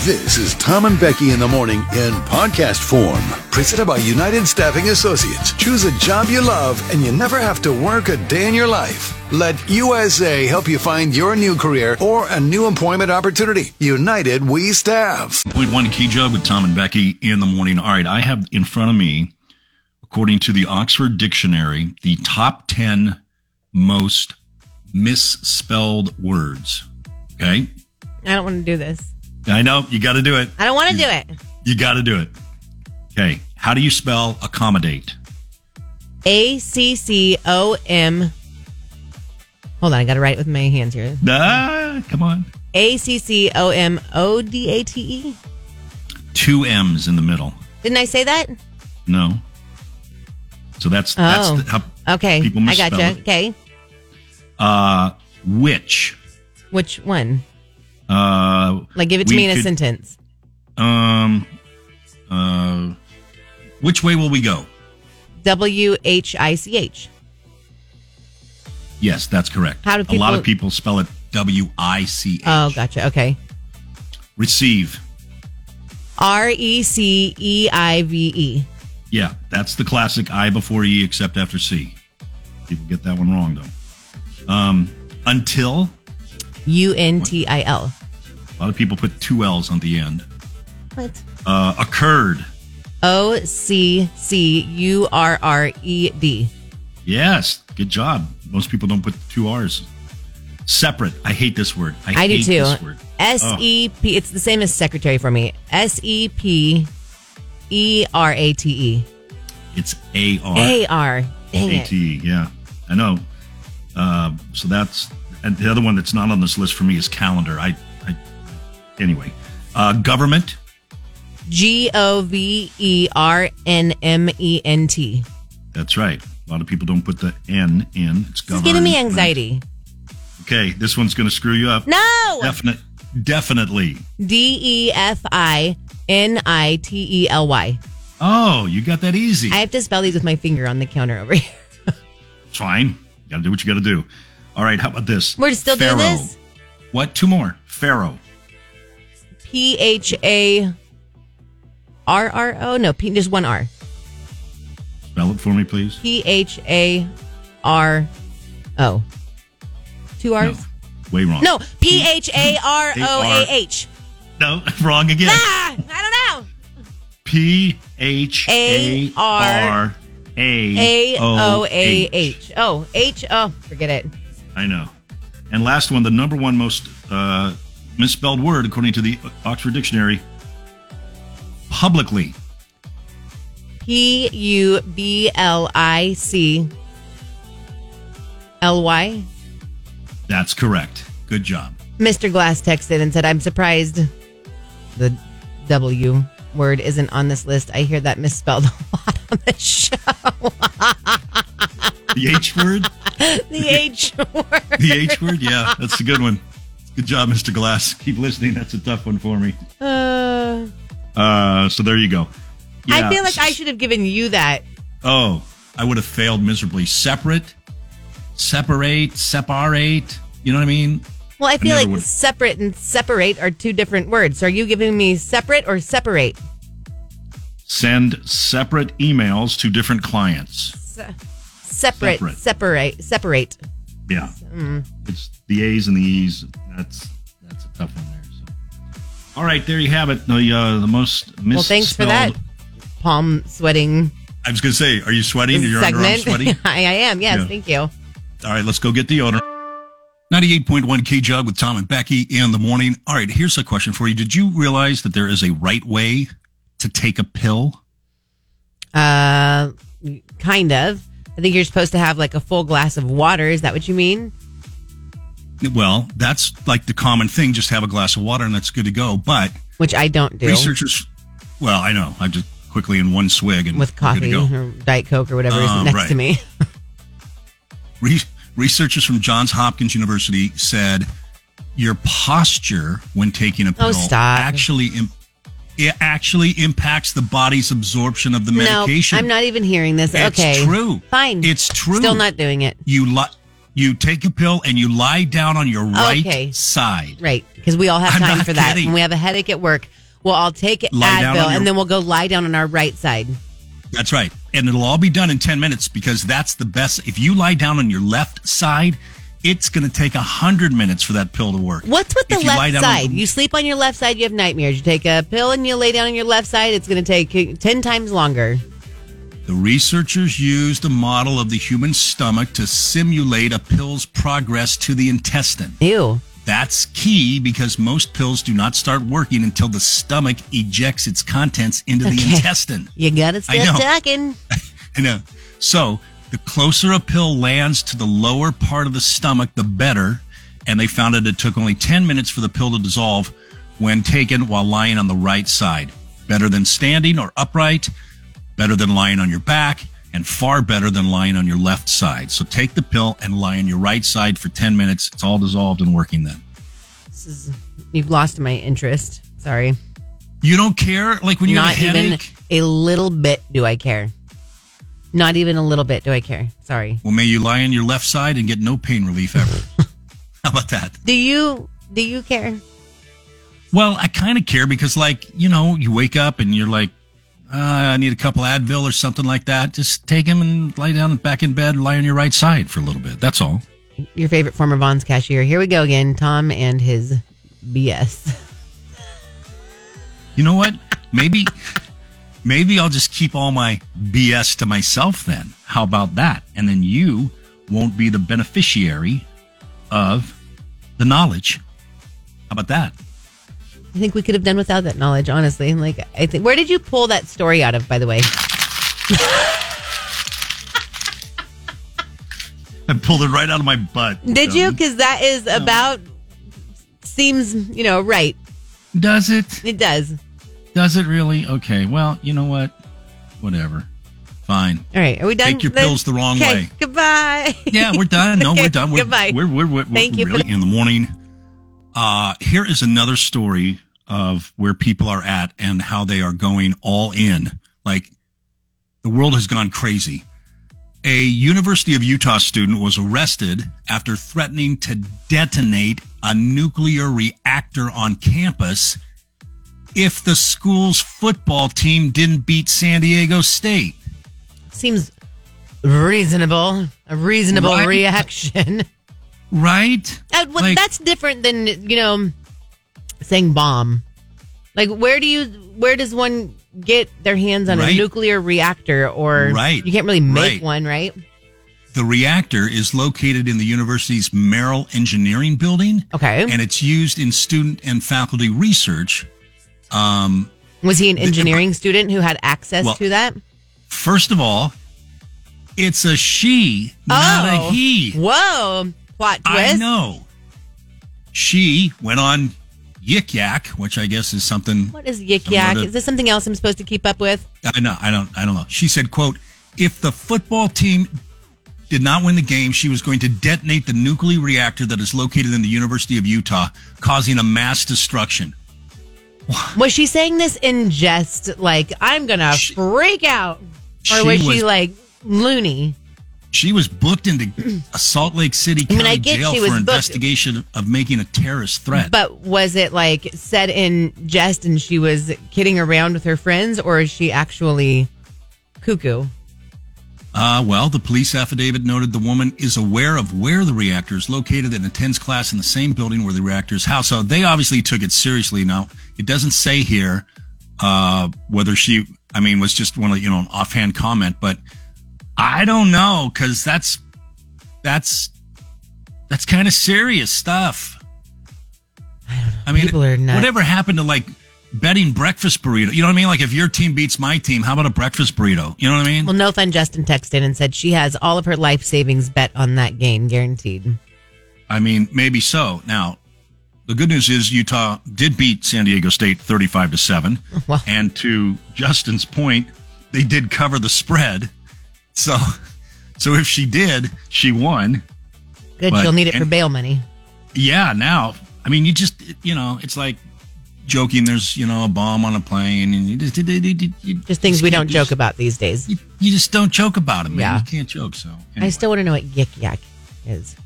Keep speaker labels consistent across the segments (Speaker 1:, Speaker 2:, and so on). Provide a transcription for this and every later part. Speaker 1: This is Tom and Becky in the morning in podcast form. Presented by United Staffing Associates. Choose a job you love and you never have to work a day in your life. Let USA help you find your new career or a new employment opportunity. United We Staff.
Speaker 2: Complete one key job with Tom and Becky in the morning. All right, I have in front of me, according to the Oxford Dictionary, the top 10 most misspelled words. Okay.
Speaker 3: I don't want to do this.
Speaker 2: I know you got to do it.
Speaker 3: I don't want to do it.
Speaker 2: You got to do it. Okay. How do you spell accommodate?
Speaker 3: A C C O M. Hold on, I got to write with my hands here.
Speaker 2: Ah, come on.
Speaker 3: A C C O M O D A T E.
Speaker 2: Two M's in the middle.
Speaker 3: Didn't I say that?
Speaker 2: No. So that's
Speaker 3: Oh.
Speaker 2: that's the, how
Speaker 3: Okay,
Speaker 2: People
Speaker 3: I
Speaker 2: misspell
Speaker 3: gotcha.
Speaker 2: it.
Speaker 3: Okay,
Speaker 2: uh which
Speaker 3: which one?
Speaker 2: uh
Speaker 3: Like, give it to
Speaker 2: we
Speaker 3: me in a
Speaker 2: could-
Speaker 3: sentence.
Speaker 2: Um, uh, which way will we go?
Speaker 3: W H I C H.
Speaker 2: Yes, that's correct.
Speaker 3: How do
Speaker 2: a lot of
Speaker 3: people-
Speaker 2: people spell it W I C H?
Speaker 3: Oh, gotcha. Okay.
Speaker 2: Receive.
Speaker 3: R E C E I V E.
Speaker 2: Yeah, that's the classic I before E except after C. People get that one wrong though. Um, until
Speaker 3: U N T I L.
Speaker 2: a lot of people put two L's on the end.
Speaker 3: What?
Speaker 2: Uh, occurred.
Speaker 3: O C C U R R E D.
Speaker 2: Yes, good job. Most people don't put two R's. Separate. I hate this word. I,
Speaker 3: I do
Speaker 2: hate
Speaker 3: too.
Speaker 2: This word. Oh.
Speaker 3: S E P. It's the same as secretary for me. S E P E R A T E
Speaker 2: It's A R. E.
Speaker 3: A R. Dang
Speaker 2: ATE,
Speaker 3: it.
Speaker 2: yeah, I know. Uh, so that's and the other one that's not on this list for me is calendar. I, I anyway, uh, government.
Speaker 3: G O V E R N M E N T.
Speaker 2: That's right. A lot of people don't put the N in. It's
Speaker 3: This is
Speaker 2: government.
Speaker 3: giving me anxiety.
Speaker 2: Okay, this one's going to screw you up.
Speaker 3: No.
Speaker 2: Definite, definitely.
Speaker 3: D E F I N I T E L Y.
Speaker 2: Oh, you got that easy.
Speaker 3: I have to spell these with my finger on the counter over here.
Speaker 2: it's fine. Got to do what you got to do. All right. How about this?
Speaker 3: We're still doing
Speaker 2: Pharaoh.
Speaker 3: this?
Speaker 2: What? Two more. Pharaoh.
Speaker 3: P H A R R O. No, P, just one R.
Speaker 2: Spell it for me, please.
Speaker 3: P H A R O. Two
Speaker 2: No.
Speaker 3: R's?
Speaker 2: Way wrong.
Speaker 3: No, P H A R O A H.
Speaker 2: No, wrong again.
Speaker 3: Ah, I don't know.
Speaker 2: P H A R A
Speaker 3: A
Speaker 2: O
Speaker 3: O
Speaker 2: A
Speaker 3: A
Speaker 2: H.
Speaker 3: H. Oh, H. Oh, forget it.
Speaker 2: I know. And last one, the number one most uh, misspelled word, according to the Oxford Dictionary, publicly.
Speaker 3: P U B L I C L Y.
Speaker 2: That's correct. Good job.
Speaker 3: Mr. Glass texted and said, I'm surprised the W word isn't on this list. I hear that misspelled a lot on the show.
Speaker 2: The H word?
Speaker 3: The H word.
Speaker 2: The H word? Yeah, that's a good one. Good job, Mr. Glass. Keep listening. That's a tough one for me.
Speaker 3: Uh,
Speaker 2: Uh, so there you go.
Speaker 3: I
Speaker 2: Yeah.
Speaker 3: feel like I should have given you that.
Speaker 2: Oh, I would have failed miserably. Separate, separate, separate. You know what I mean?
Speaker 3: Well, I feel
Speaker 2: never
Speaker 3: like
Speaker 2: would.
Speaker 3: separate and separate are two different words. Are you giving me separate or separate?
Speaker 2: Send separate emails to different clients.
Speaker 3: Separate,
Speaker 2: Separate.
Speaker 3: separate, separate.
Speaker 2: Yeah.
Speaker 3: Mm.
Speaker 2: It's the A's and the E's. That's that's a tough one there. So. All right, there you have it. The uh, the most misspelled.
Speaker 3: Well, thanks for that. Palm sweating
Speaker 2: I was going to say, are you sweating? Are your underarm
Speaker 3: segment.
Speaker 2: sweaty?
Speaker 3: I, I am. Yes,
Speaker 2: Yeah.
Speaker 3: thank you.
Speaker 2: All right, let's go get the odor. 98.1 Key Jug with Tom and Becky in the morning. All right, here's a question for you. Did you realize that there is a right way to take a pill?
Speaker 3: Uh, kind of. I think you're supposed to have like a full glass of water. Is that what you mean?
Speaker 2: Well, that's like the common thing. Just have a glass of water and that's good to go. But
Speaker 3: Which I don't do
Speaker 2: researchers, well, I know. I just quickly in one swig and
Speaker 3: with
Speaker 2: we're good to
Speaker 3: coffee
Speaker 2: go.
Speaker 3: or Diet Coke or whatever
Speaker 2: Um,
Speaker 3: is next
Speaker 2: right.
Speaker 3: to me.
Speaker 2: Re- researchers from Johns Hopkins University said your posture when taking a pill
Speaker 3: Oh, stop.
Speaker 2: actually im- it actually impacts the body's absorption of the medication.
Speaker 3: No, I'm not even hearing this.
Speaker 2: It's
Speaker 3: okay,
Speaker 2: true.
Speaker 3: Fine.
Speaker 2: It's true.
Speaker 3: Still not doing it.
Speaker 2: You li- you take a pill and you lie down on your right
Speaker 3: Okay.
Speaker 2: side.
Speaker 3: Right, because we all have
Speaker 2: I'm
Speaker 3: time
Speaker 2: not
Speaker 3: for that.
Speaker 2: kidding.
Speaker 3: When we have a headache at work, we'll all take it
Speaker 2: Lie down
Speaker 3: Advil,
Speaker 2: on your-
Speaker 3: and then we'll go lie down on our right side.
Speaker 2: That's right. And it'll all be done in 10 minutes because that's the best. If you lie down on your left side, it's going to take 100 minutes for that pill to work.
Speaker 3: What's with the
Speaker 2: If you lie
Speaker 3: left
Speaker 2: down on
Speaker 3: side?
Speaker 2: the-
Speaker 3: You sleep on your left side, you have nightmares. You take a pill and you lay down on your left side, it's going to take 10 times longer.
Speaker 2: The researchers used a model of the human stomach to simulate a pill's progress to the intestine.
Speaker 3: Ew.
Speaker 2: That's key because most pills do not start working until the stomach ejects its contents into the
Speaker 3: Okay.
Speaker 2: intestine.
Speaker 3: You got to
Speaker 2: know.
Speaker 3: stop talking.
Speaker 2: I know. uh, So the closer a pill lands to the lower part of the stomach, the better. And they found that it took only 10 minutes for the pill to dissolve when taken while lying on the right side. Better than standing or upright, better than lying on your back, and far better than lying on your left side. So take the pill and lie on your right side for 10 minutes. It's all dissolved and working then.
Speaker 3: This is, you've lost my interest. Sorry.
Speaker 2: You don't care? Like when you
Speaker 3: Not
Speaker 2: have a
Speaker 3: even
Speaker 2: headache?
Speaker 3: a little bit do I care. Not even a little bit do I care. Sorry.
Speaker 2: Well, may you lie on your left side and get no pain relief ever. How about that?
Speaker 3: Do you do you care?
Speaker 2: Well, I kind of care because, like, you know, you wake up and you're like, uh, I need a couple Advil or something like that. Just take them and lie down back in bed, lie on your right side for a little bit. That's all.
Speaker 3: your favorite former Vaughn's cashier. Here we go again, Tom and his BS.
Speaker 2: You know what? Maybe, maybe I'll just keep all my BS to myself then. How about that? And then you won't be the beneficiary of the knowledge. How about that?
Speaker 3: I think we could have done without that knowledge, honestly. Like, I think where did you pull that story out of? By the way,
Speaker 2: I pulled it right out of my butt.
Speaker 3: did you? Because that is about seems you know right.
Speaker 2: Does it?
Speaker 3: It does.
Speaker 2: Does it really? Okay. Well, you know what? Whatever. Fine.
Speaker 3: All right, are we done?
Speaker 2: Take your
Speaker 3: Then-
Speaker 2: pills the wrong
Speaker 3: Okay,
Speaker 2: way.
Speaker 3: Goodbye.
Speaker 2: Yeah, we're done. No, we're done. We're,
Speaker 3: Goodbye.
Speaker 2: We're, we're, we're, we're
Speaker 3: Thank you for
Speaker 2: really in the morning. Uh, here is another story of where people are at and how they are going all in. Like the world has gone crazy. A University of Utah student was arrested after threatening to detonate a nuclear reactor on campus if the school's football team didn't beat San Diego State.
Speaker 3: Seems reasonable. A reasonable
Speaker 2: Right.
Speaker 3: reaction.
Speaker 2: Right?
Speaker 3: Uh, well,
Speaker 2: Like-
Speaker 3: that's different than you know saying bomb. Like where do you where does one get their hands on
Speaker 2: Right.
Speaker 3: a nuclear reactor or
Speaker 2: Right.
Speaker 3: you can't really make
Speaker 2: Right.
Speaker 3: one, right?
Speaker 2: The reactor is located in the university's Merrill Engineering Building,
Speaker 3: Okay.
Speaker 2: and it's used in student and faculty research. Um,
Speaker 3: Was he an engineering student who had access
Speaker 2: Well,
Speaker 3: to that?
Speaker 2: first of all, it's a she, not
Speaker 3: Oh.
Speaker 2: a he.
Speaker 3: Whoa. Plot
Speaker 2: I
Speaker 3: twist.
Speaker 2: know. She went on Yik Yak, which I guess is something
Speaker 3: What is yik
Speaker 2: Similar
Speaker 3: yak?
Speaker 2: to-
Speaker 3: Is this something else I'm supposed to keep up with?
Speaker 2: I know. I don't. I don't know. She said, "quote If the football team did not win the game, she was going to detonate the nuclear reactor that is located in the University of Utah, causing a mass destruction."
Speaker 3: Was she saying this in jest like I'm gonna
Speaker 2: She-
Speaker 3: freak out? Or
Speaker 2: She
Speaker 3: was,
Speaker 2: was-
Speaker 3: she like loony?
Speaker 2: She was booked into a Salt Lake City
Speaker 3: I
Speaker 2: County
Speaker 3: mean, I get
Speaker 2: jail
Speaker 3: she
Speaker 2: for
Speaker 3: was booked.
Speaker 2: investigation of making a terrorist threat.
Speaker 3: But was it like said in jest and she was kidding around with her friends, or is she actually cuckoo?
Speaker 2: Uh, well, the police affidavit noted the woman is aware of where the reactor is located and attends class in the same building where the reactor is housed. So they obviously took it seriously. Now, it doesn't say here uh, whether she, I mean, was just one of, you know, an offhand comment, but I don't know because that's, that's, that's kind of serious stuff. I mean,
Speaker 3: People are nuts.
Speaker 2: whatever happened to like betting breakfast burrito? You know what I mean? Like if your team beats my team, how about a breakfast burrito? You know what I mean?
Speaker 3: Well, no fun. Justin texted and said she has all of her life savings bet on that game, guaranteed.
Speaker 2: I mean, maybe so. Now, the good news is Utah did beat San Diego State 35 to 7.
Speaker 3: Wow.
Speaker 2: And to Justin's point, they did cover the spread. So so if she did, she won.
Speaker 3: Good,
Speaker 2: But-
Speaker 3: she'll need it for
Speaker 2: and-
Speaker 3: bail money.
Speaker 2: Yeah, now, I mean, you just you know, it's like joking there's, you know, a bomb on a plane and you just you- you- you
Speaker 3: Just things we
Speaker 2: can't-
Speaker 3: don't
Speaker 2: you
Speaker 3: joke
Speaker 2: just-
Speaker 3: about these days.
Speaker 2: You, you just don't joke about it, man.
Speaker 3: Yeah.
Speaker 2: You can't joke, so.
Speaker 3: I
Speaker 2: anyway.
Speaker 3: still want to know what yik yak is.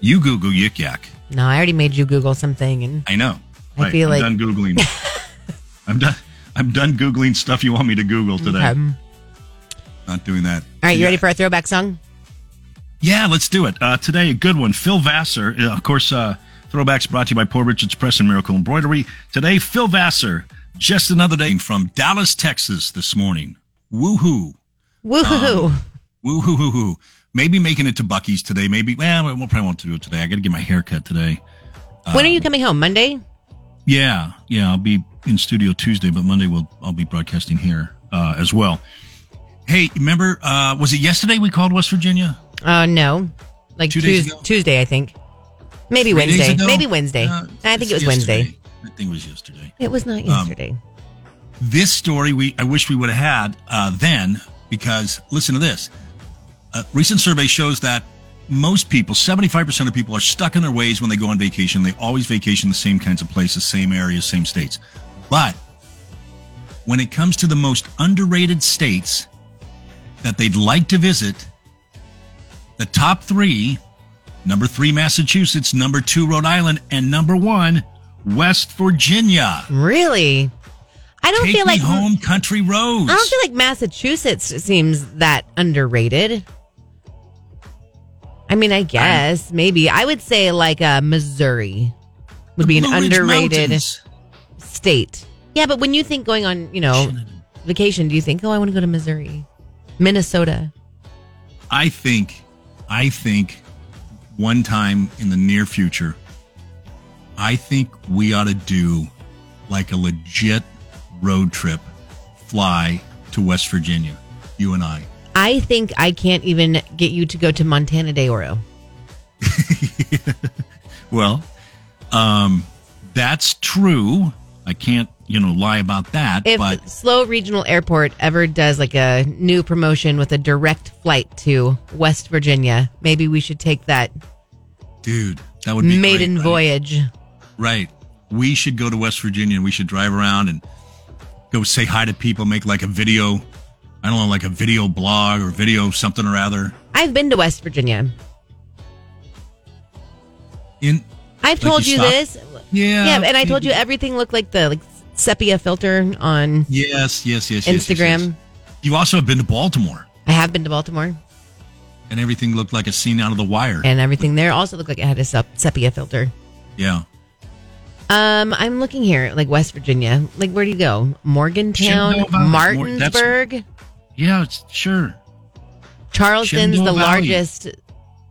Speaker 2: You Google yik yak.
Speaker 3: No, I already made you Google something, and
Speaker 2: I know.
Speaker 3: I feel
Speaker 2: I'm done
Speaker 3: like-
Speaker 2: googling. I'm done. I'm done googling stuff you want me to Google today.
Speaker 3: um,
Speaker 2: Not doing that.
Speaker 3: all right, you ready for a throwback
Speaker 2: Um,
Speaker 3: song?
Speaker 2: Yeah, let's do it. Uh, today, a good one. Phil Vassar, uh, of course, uh, throwbacks brought to you by Poor Richard's Press and Miracle Embroidery. Today, Phil Vassar, just another day from Dallas, Texas this morning. Woohoo.
Speaker 3: Woohoo!
Speaker 2: Woo hoo hoo hoo. Maybe making it to Bucky's today. Maybe, well, we'll probably won't do it today. I got to get my hair cut today.
Speaker 3: when are you coming home? Monday?
Speaker 2: Yeah, yeah, I'll be in studio Tuesday, but Monday we'll I'll be broadcasting here uh, as well. Hey, remember? Uh, was it yesterday we called West Virginia?
Speaker 3: Uh, no, like
Speaker 2: Two days
Speaker 3: Tues-
Speaker 2: ago?
Speaker 3: Tuesday, I think. Maybe
Speaker 2: Three days
Speaker 3: Wednesday.
Speaker 2: ago?
Speaker 3: Maybe Wednesday.
Speaker 2: Uh,
Speaker 3: I think it was
Speaker 2: it's
Speaker 3: Wednesday.
Speaker 2: yesterday. Um, I think it was yesterday.
Speaker 3: It was not yesterday.
Speaker 2: This story we I wish we would have had uh, then because listen to this. A recent survey shows that most people, seventy five percent of people, are stuck in their ways when they go on vacation. They always vacation the same kinds of places, same areas, same states. But when it comes to the most underrated states that they'd like to visit, the top three number three, Massachusetts, number two, Rhode Island, and number one, West Virginia.
Speaker 3: really? I don't
Speaker 2: Take
Speaker 3: feel
Speaker 2: me
Speaker 3: like
Speaker 2: home country roads.
Speaker 3: I don't feel like Massachusetts seems that underrated. I mean, I guess maybe I would say like uh, Missouri would be an
Speaker 2: Blue Ridge
Speaker 3: underrated
Speaker 2: Mountains.
Speaker 3: state. Yeah, but when you think going on, you know, vacation, do you think, oh, I want to go to Missouri, Minnesota?
Speaker 2: I think, I think, one time in the near future, I think we ought to do like a legit road trip, fly to West Virginia, you and I.
Speaker 3: I think I can't even get you to go to Montana de Oro.
Speaker 2: Well, um, that's true. I can't, you know, lie about that.
Speaker 3: If
Speaker 2: but
Speaker 3: Slow Regional Airport ever does like a new promotion with a direct flight to West Virginia, maybe we should take that
Speaker 2: dude, that would be
Speaker 3: maiden
Speaker 2: great, right?
Speaker 3: voyage.
Speaker 2: Right. We should go to West Virginia and we should drive around and go say hi to people, make like a video. I don't know, like a video blog or video something or other.
Speaker 3: I've been to West Virginia.
Speaker 2: In
Speaker 3: I've
Speaker 2: Like
Speaker 3: told
Speaker 2: you
Speaker 3: you,
Speaker 2: stop-
Speaker 3: this.
Speaker 2: yeah,
Speaker 3: Yeah, and I told you everything looked like the like sepia filter on
Speaker 2: Yes, yes, yes. yes, yes,
Speaker 3: Instagram.
Speaker 2: yes. You also have been to Baltimore,
Speaker 3: I have been to Baltimore,
Speaker 2: and everything looked like a scene out of The Wire.
Speaker 3: and everything there also looked like it had a sep- sepia filter.
Speaker 2: yeah,
Speaker 3: Um, I'm looking here, like West Virginia. Like, where do you go?
Speaker 2: Should know about
Speaker 3: Morgantown,
Speaker 2: it. Mor- that's-
Speaker 3: Martinsburg,
Speaker 2: yeah, it's, sure.
Speaker 3: Charleston's
Speaker 2: Shenandoah
Speaker 3: the
Speaker 2: Valley.
Speaker 3: largest,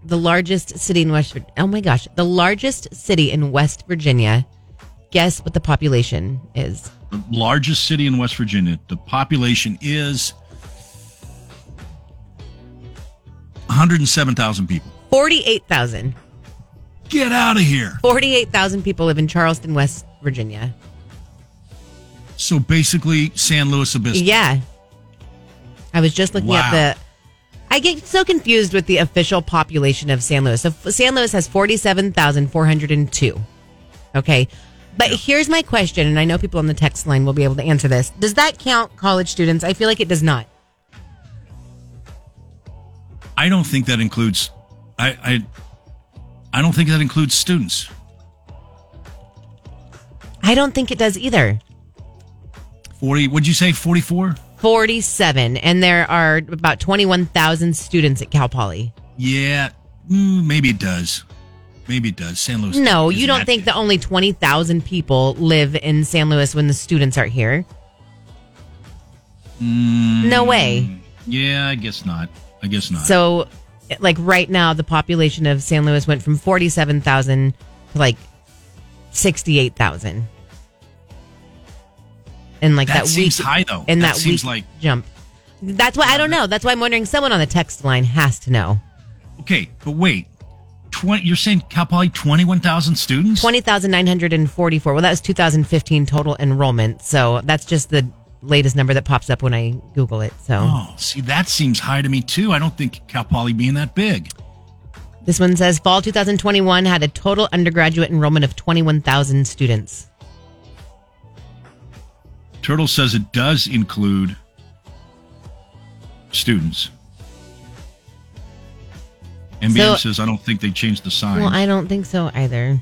Speaker 3: the largest city in West. Vir- Oh my gosh, the largest city in West Virginia. Guess what the population is?
Speaker 2: The largest city in West Virginia. The population is 107,000 people.
Speaker 3: Forty-eight thousand.
Speaker 2: Get out of here.
Speaker 3: Forty-eight thousand people live in Charleston, West Virginia.
Speaker 2: So basically, San Luis Obispo.
Speaker 3: Yeah. I was just looking
Speaker 2: Wow.
Speaker 3: at the. I get so confused with the official population of San Luis. So San Luis has 47,402. Okay. But here's my question, and I know people on the text line will be able to answer this. Does that count college students? I feel like it does not.
Speaker 2: I don't think that includes. I, I I don't think that includes students.
Speaker 3: I don't think it does either.
Speaker 2: Forty? Would you say forty-four?
Speaker 3: 47, and there are about 21,000 students at Cal Poly.
Speaker 2: Yeah, mm, maybe it does. Maybe it does. San Luis.
Speaker 3: No,
Speaker 2: isn't
Speaker 3: you don't think
Speaker 2: big.
Speaker 3: that only 20,000 people live in San Luis when the students are here?
Speaker 2: Mm.
Speaker 3: No way.
Speaker 2: Yeah, I guess not. I guess not.
Speaker 3: So, like right now, the population of San Luis went from forty-seven thousand to like sixty-eight thousand, and like
Speaker 2: that,
Speaker 3: that,
Speaker 2: seems
Speaker 3: week
Speaker 2: high though.
Speaker 3: and
Speaker 2: that,
Speaker 3: that,
Speaker 2: seems
Speaker 3: week
Speaker 2: like
Speaker 3: jump. That's why I don't know. That's why I'm wondering. Someone on the text line has to know.
Speaker 2: okay, but wait. Twenty? You're saying Cal Poly twenty-one thousand students?
Speaker 3: Twenty thousand nine hundred and forty-four. Well, that was 2015 total enrollment. So that's just the latest number that pops up when I Google it. So
Speaker 2: Oh, see, that seems high to me too. I don't think Cal Poly being that big.
Speaker 3: this one says fall 2021 had a total undergraduate enrollment of 21,000 students.
Speaker 2: Turtle says it does include students. NBN
Speaker 3: So-
Speaker 2: says, I don't think they changed the sign.
Speaker 3: Well, I don't think so either.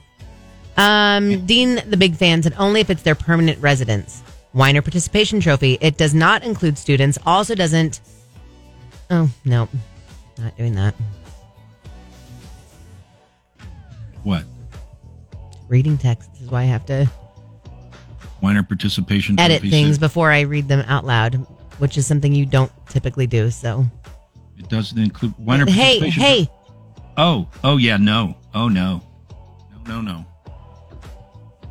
Speaker 3: Um, Dean, the big fan, said only if it's their permanent residence. Weiner participation trophy. It does not include students. Also doesn't. Oh no, not doing that.
Speaker 2: what?
Speaker 3: Reading texts is why I have to
Speaker 2: Minor participation.
Speaker 3: edit
Speaker 2: trophy
Speaker 3: things
Speaker 2: said,
Speaker 3: before I read them out loud, which is something you don't typically do. So
Speaker 2: It doesn't include minor
Speaker 3: hey,
Speaker 2: participation.
Speaker 3: hey,
Speaker 2: Oh, oh yeah, no. Oh no. No, no, no.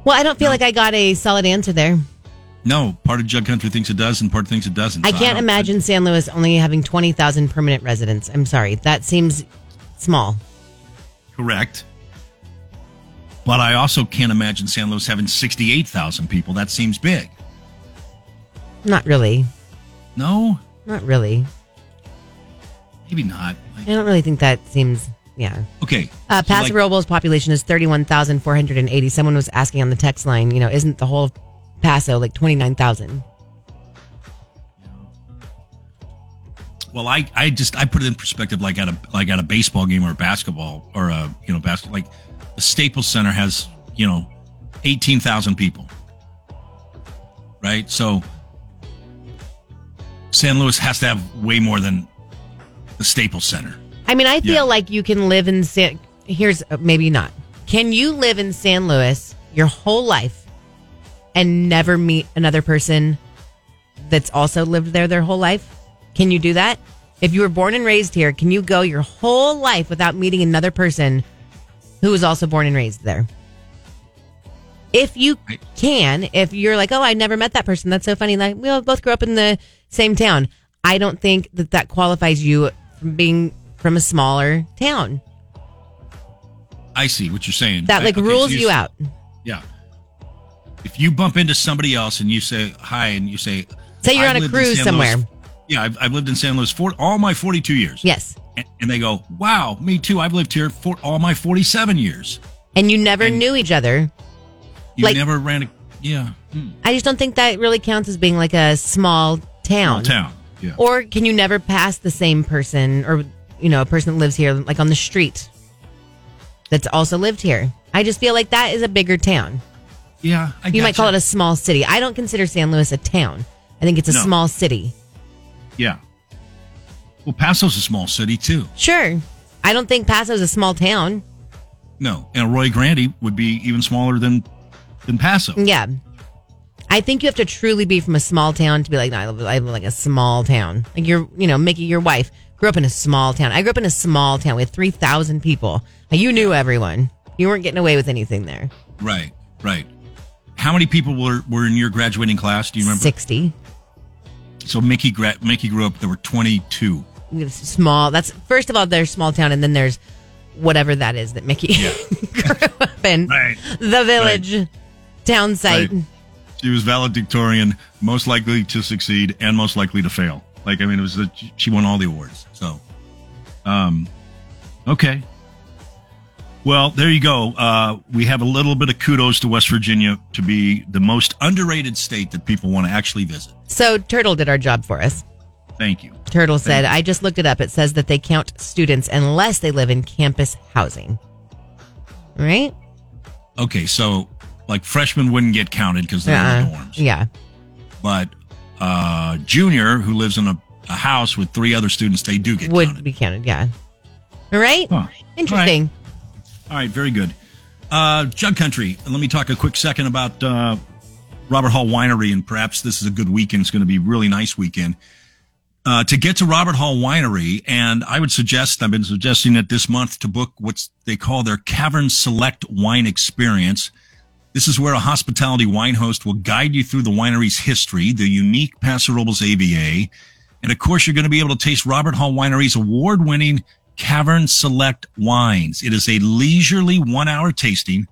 Speaker 3: well, I don't feel
Speaker 2: No.
Speaker 3: like I got a solid answer there.
Speaker 2: No, part of Jug Country thinks it does and part thinks it doesn't.
Speaker 3: I
Speaker 2: So
Speaker 3: can't
Speaker 2: don't-
Speaker 3: imagine San Luis only having twenty thousand permanent residents. I'm sorry, that seems small.
Speaker 2: Correct. But I also can't imagine San Luis having 68,000 people. That seems big.
Speaker 3: Not really.
Speaker 2: No,
Speaker 3: Not really.
Speaker 2: maybe not.
Speaker 3: I
Speaker 2: Like,
Speaker 3: don't really think that seems. Yeah.
Speaker 2: okay. so,
Speaker 3: Uh,
Speaker 2: like,
Speaker 3: Paso Robles population is 31,480. Someone was asking on the text line, you know, isn't the whole of Paso like 29,000?
Speaker 2: Well, I, I just I put it in perspective, like at a like at a baseball game or a basketball or a you know basketball. Like the Staples Center has you know eighteen thousand people, right? So San Luis has to have way more than the Staples Center.
Speaker 3: I mean, I feel
Speaker 2: Yeah.
Speaker 3: like you can live in San. Here's uh, maybe not. Can you live in San Luis your whole life and never meet another person that's also lived there their whole life? Can you do that? If you were born and raised here, can you go your whole life without meeting another person who was also born and raised there? If you
Speaker 2: I-
Speaker 3: can, if you're like, oh, I never met that person. That's so funny. Like, we all both grew up in the same town. I don't think that that qualifies you from being from a smaller town.
Speaker 2: I see what you're saying.
Speaker 3: That
Speaker 2: I-
Speaker 3: like
Speaker 2: okay, so
Speaker 3: rules
Speaker 2: you're
Speaker 3: you
Speaker 2: s-
Speaker 3: out.
Speaker 2: Yeah. If you bump into somebody else and you say hi and you say,
Speaker 3: Say you're
Speaker 2: "I've
Speaker 3: on a
Speaker 2: lived in
Speaker 3: cruise
Speaker 2: San Luis-
Speaker 3: somewhere."
Speaker 2: yeah, I've, I've lived in San Luis for all my 42 years.
Speaker 3: Yes.
Speaker 2: and, and they go, "Wow, me too. I've lived here for all my 47 years.
Speaker 3: And you never
Speaker 2: And-
Speaker 3: knew each other.
Speaker 2: You
Speaker 3: Like-
Speaker 2: never ran a yeah hmm,
Speaker 3: I just don't think that really counts as being like a small town.
Speaker 2: town. Yeah,
Speaker 3: Or can you never pass the same person or, you know, a person that lives here, like on the street that's also lived here? I just feel like that is a bigger town.
Speaker 2: yeah. I
Speaker 3: You might call it a
Speaker 2: gotcha.
Speaker 3: small city. I don't consider San Luis a town. I think it's a
Speaker 2: No.
Speaker 3: small city.
Speaker 2: yeah. Well, Paso's a small city too.
Speaker 3: Sure. I don't think Paso's a small town.
Speaker 2: No, and Roy Grandy would be even smaller than than Paso.
Speaker 3: Yeah. I think you have to truly be from a small town to be like, no, I live, I live in like a small town. Like you're, you know, Mickey, your wife grew up in a small town. I grew up in a small town. We had 3,000 people. Like, You knew everyone. You weren't getting away with anything there.
Speaker 2: Right, right. How many people were were in your graduating class? Do you remember?
Speaker 3: 60.
Speaker 2: So Mickey gra- Mickey grew up. There were 22.
Speaker 3: We have Small. That's, first of all, there's small town. And then there's whatever that is that Mickey grew up in.
Speaker 2: Right.
Speaker 3: The village, town site.
Speaker 2: Right. She was valedictorian, most likely to succeed and most likely to fail. Like I mean, it was the, she won all the awards. So, um, okay. Well, there you go. Uh, we have a little bit of kudos to West Virginia to be the most underrated state that people want to actually visit.
Speaker 3: So Turtle did our job for us.
Speaker 2: Thank you.
Speaker 3: Turtle said, I just looked it up. It says that they count students unless they live in campus housing. Right?
Speaker 2: Okay, so like freshmen wouldn't get counted because they're in the
Speaker 3: Uh-uh.
Speaker 2: dorms,
Speaker 3: Yeah.
Speaker 2: but uh, junior who lives in a, a house with three other students, they do get
Speaker 3: Would
Speaker 2: counted.
Speaker 3: be counted. Yeah. All right.
Speaker 2: Huh.
Speaker 3: Interesting.
Speaker 2: All right, very good. Uh, Jug Country. Let me talk a quick second about uh, Robert Hall Winery, and perhaps this is a good weekend. It's going to be a really nice weekend. Uh, to get to Robert Hall Winery, and I would suggest, I've been suggesting it this month to book what they call their Cavern Select Wine Experience. This is where a hospitality wine host will guide you through the winery's history, the unique Paso Robles AVA, and of course, you're going to be able to taste Robert Hall Winery's award winning Cavern Select wines. It is a leisurely one hour tasting.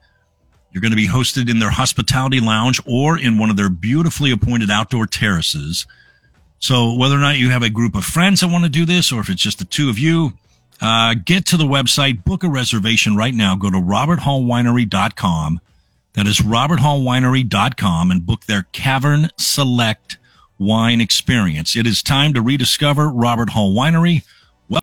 Speaker 2: You're going to be hosted in their hospitality lounge or in one of their beautifully appointed outdoor terraces. So whether or not you have a group of friends that want to do this, or if it's just the two of you, uh, get to the website, book a reservation right now. Go to roberthallwinery.com. That is roberthallwinery.com and book their Cavern Select wine experience. It is time to rediscover Robert Hall Winery.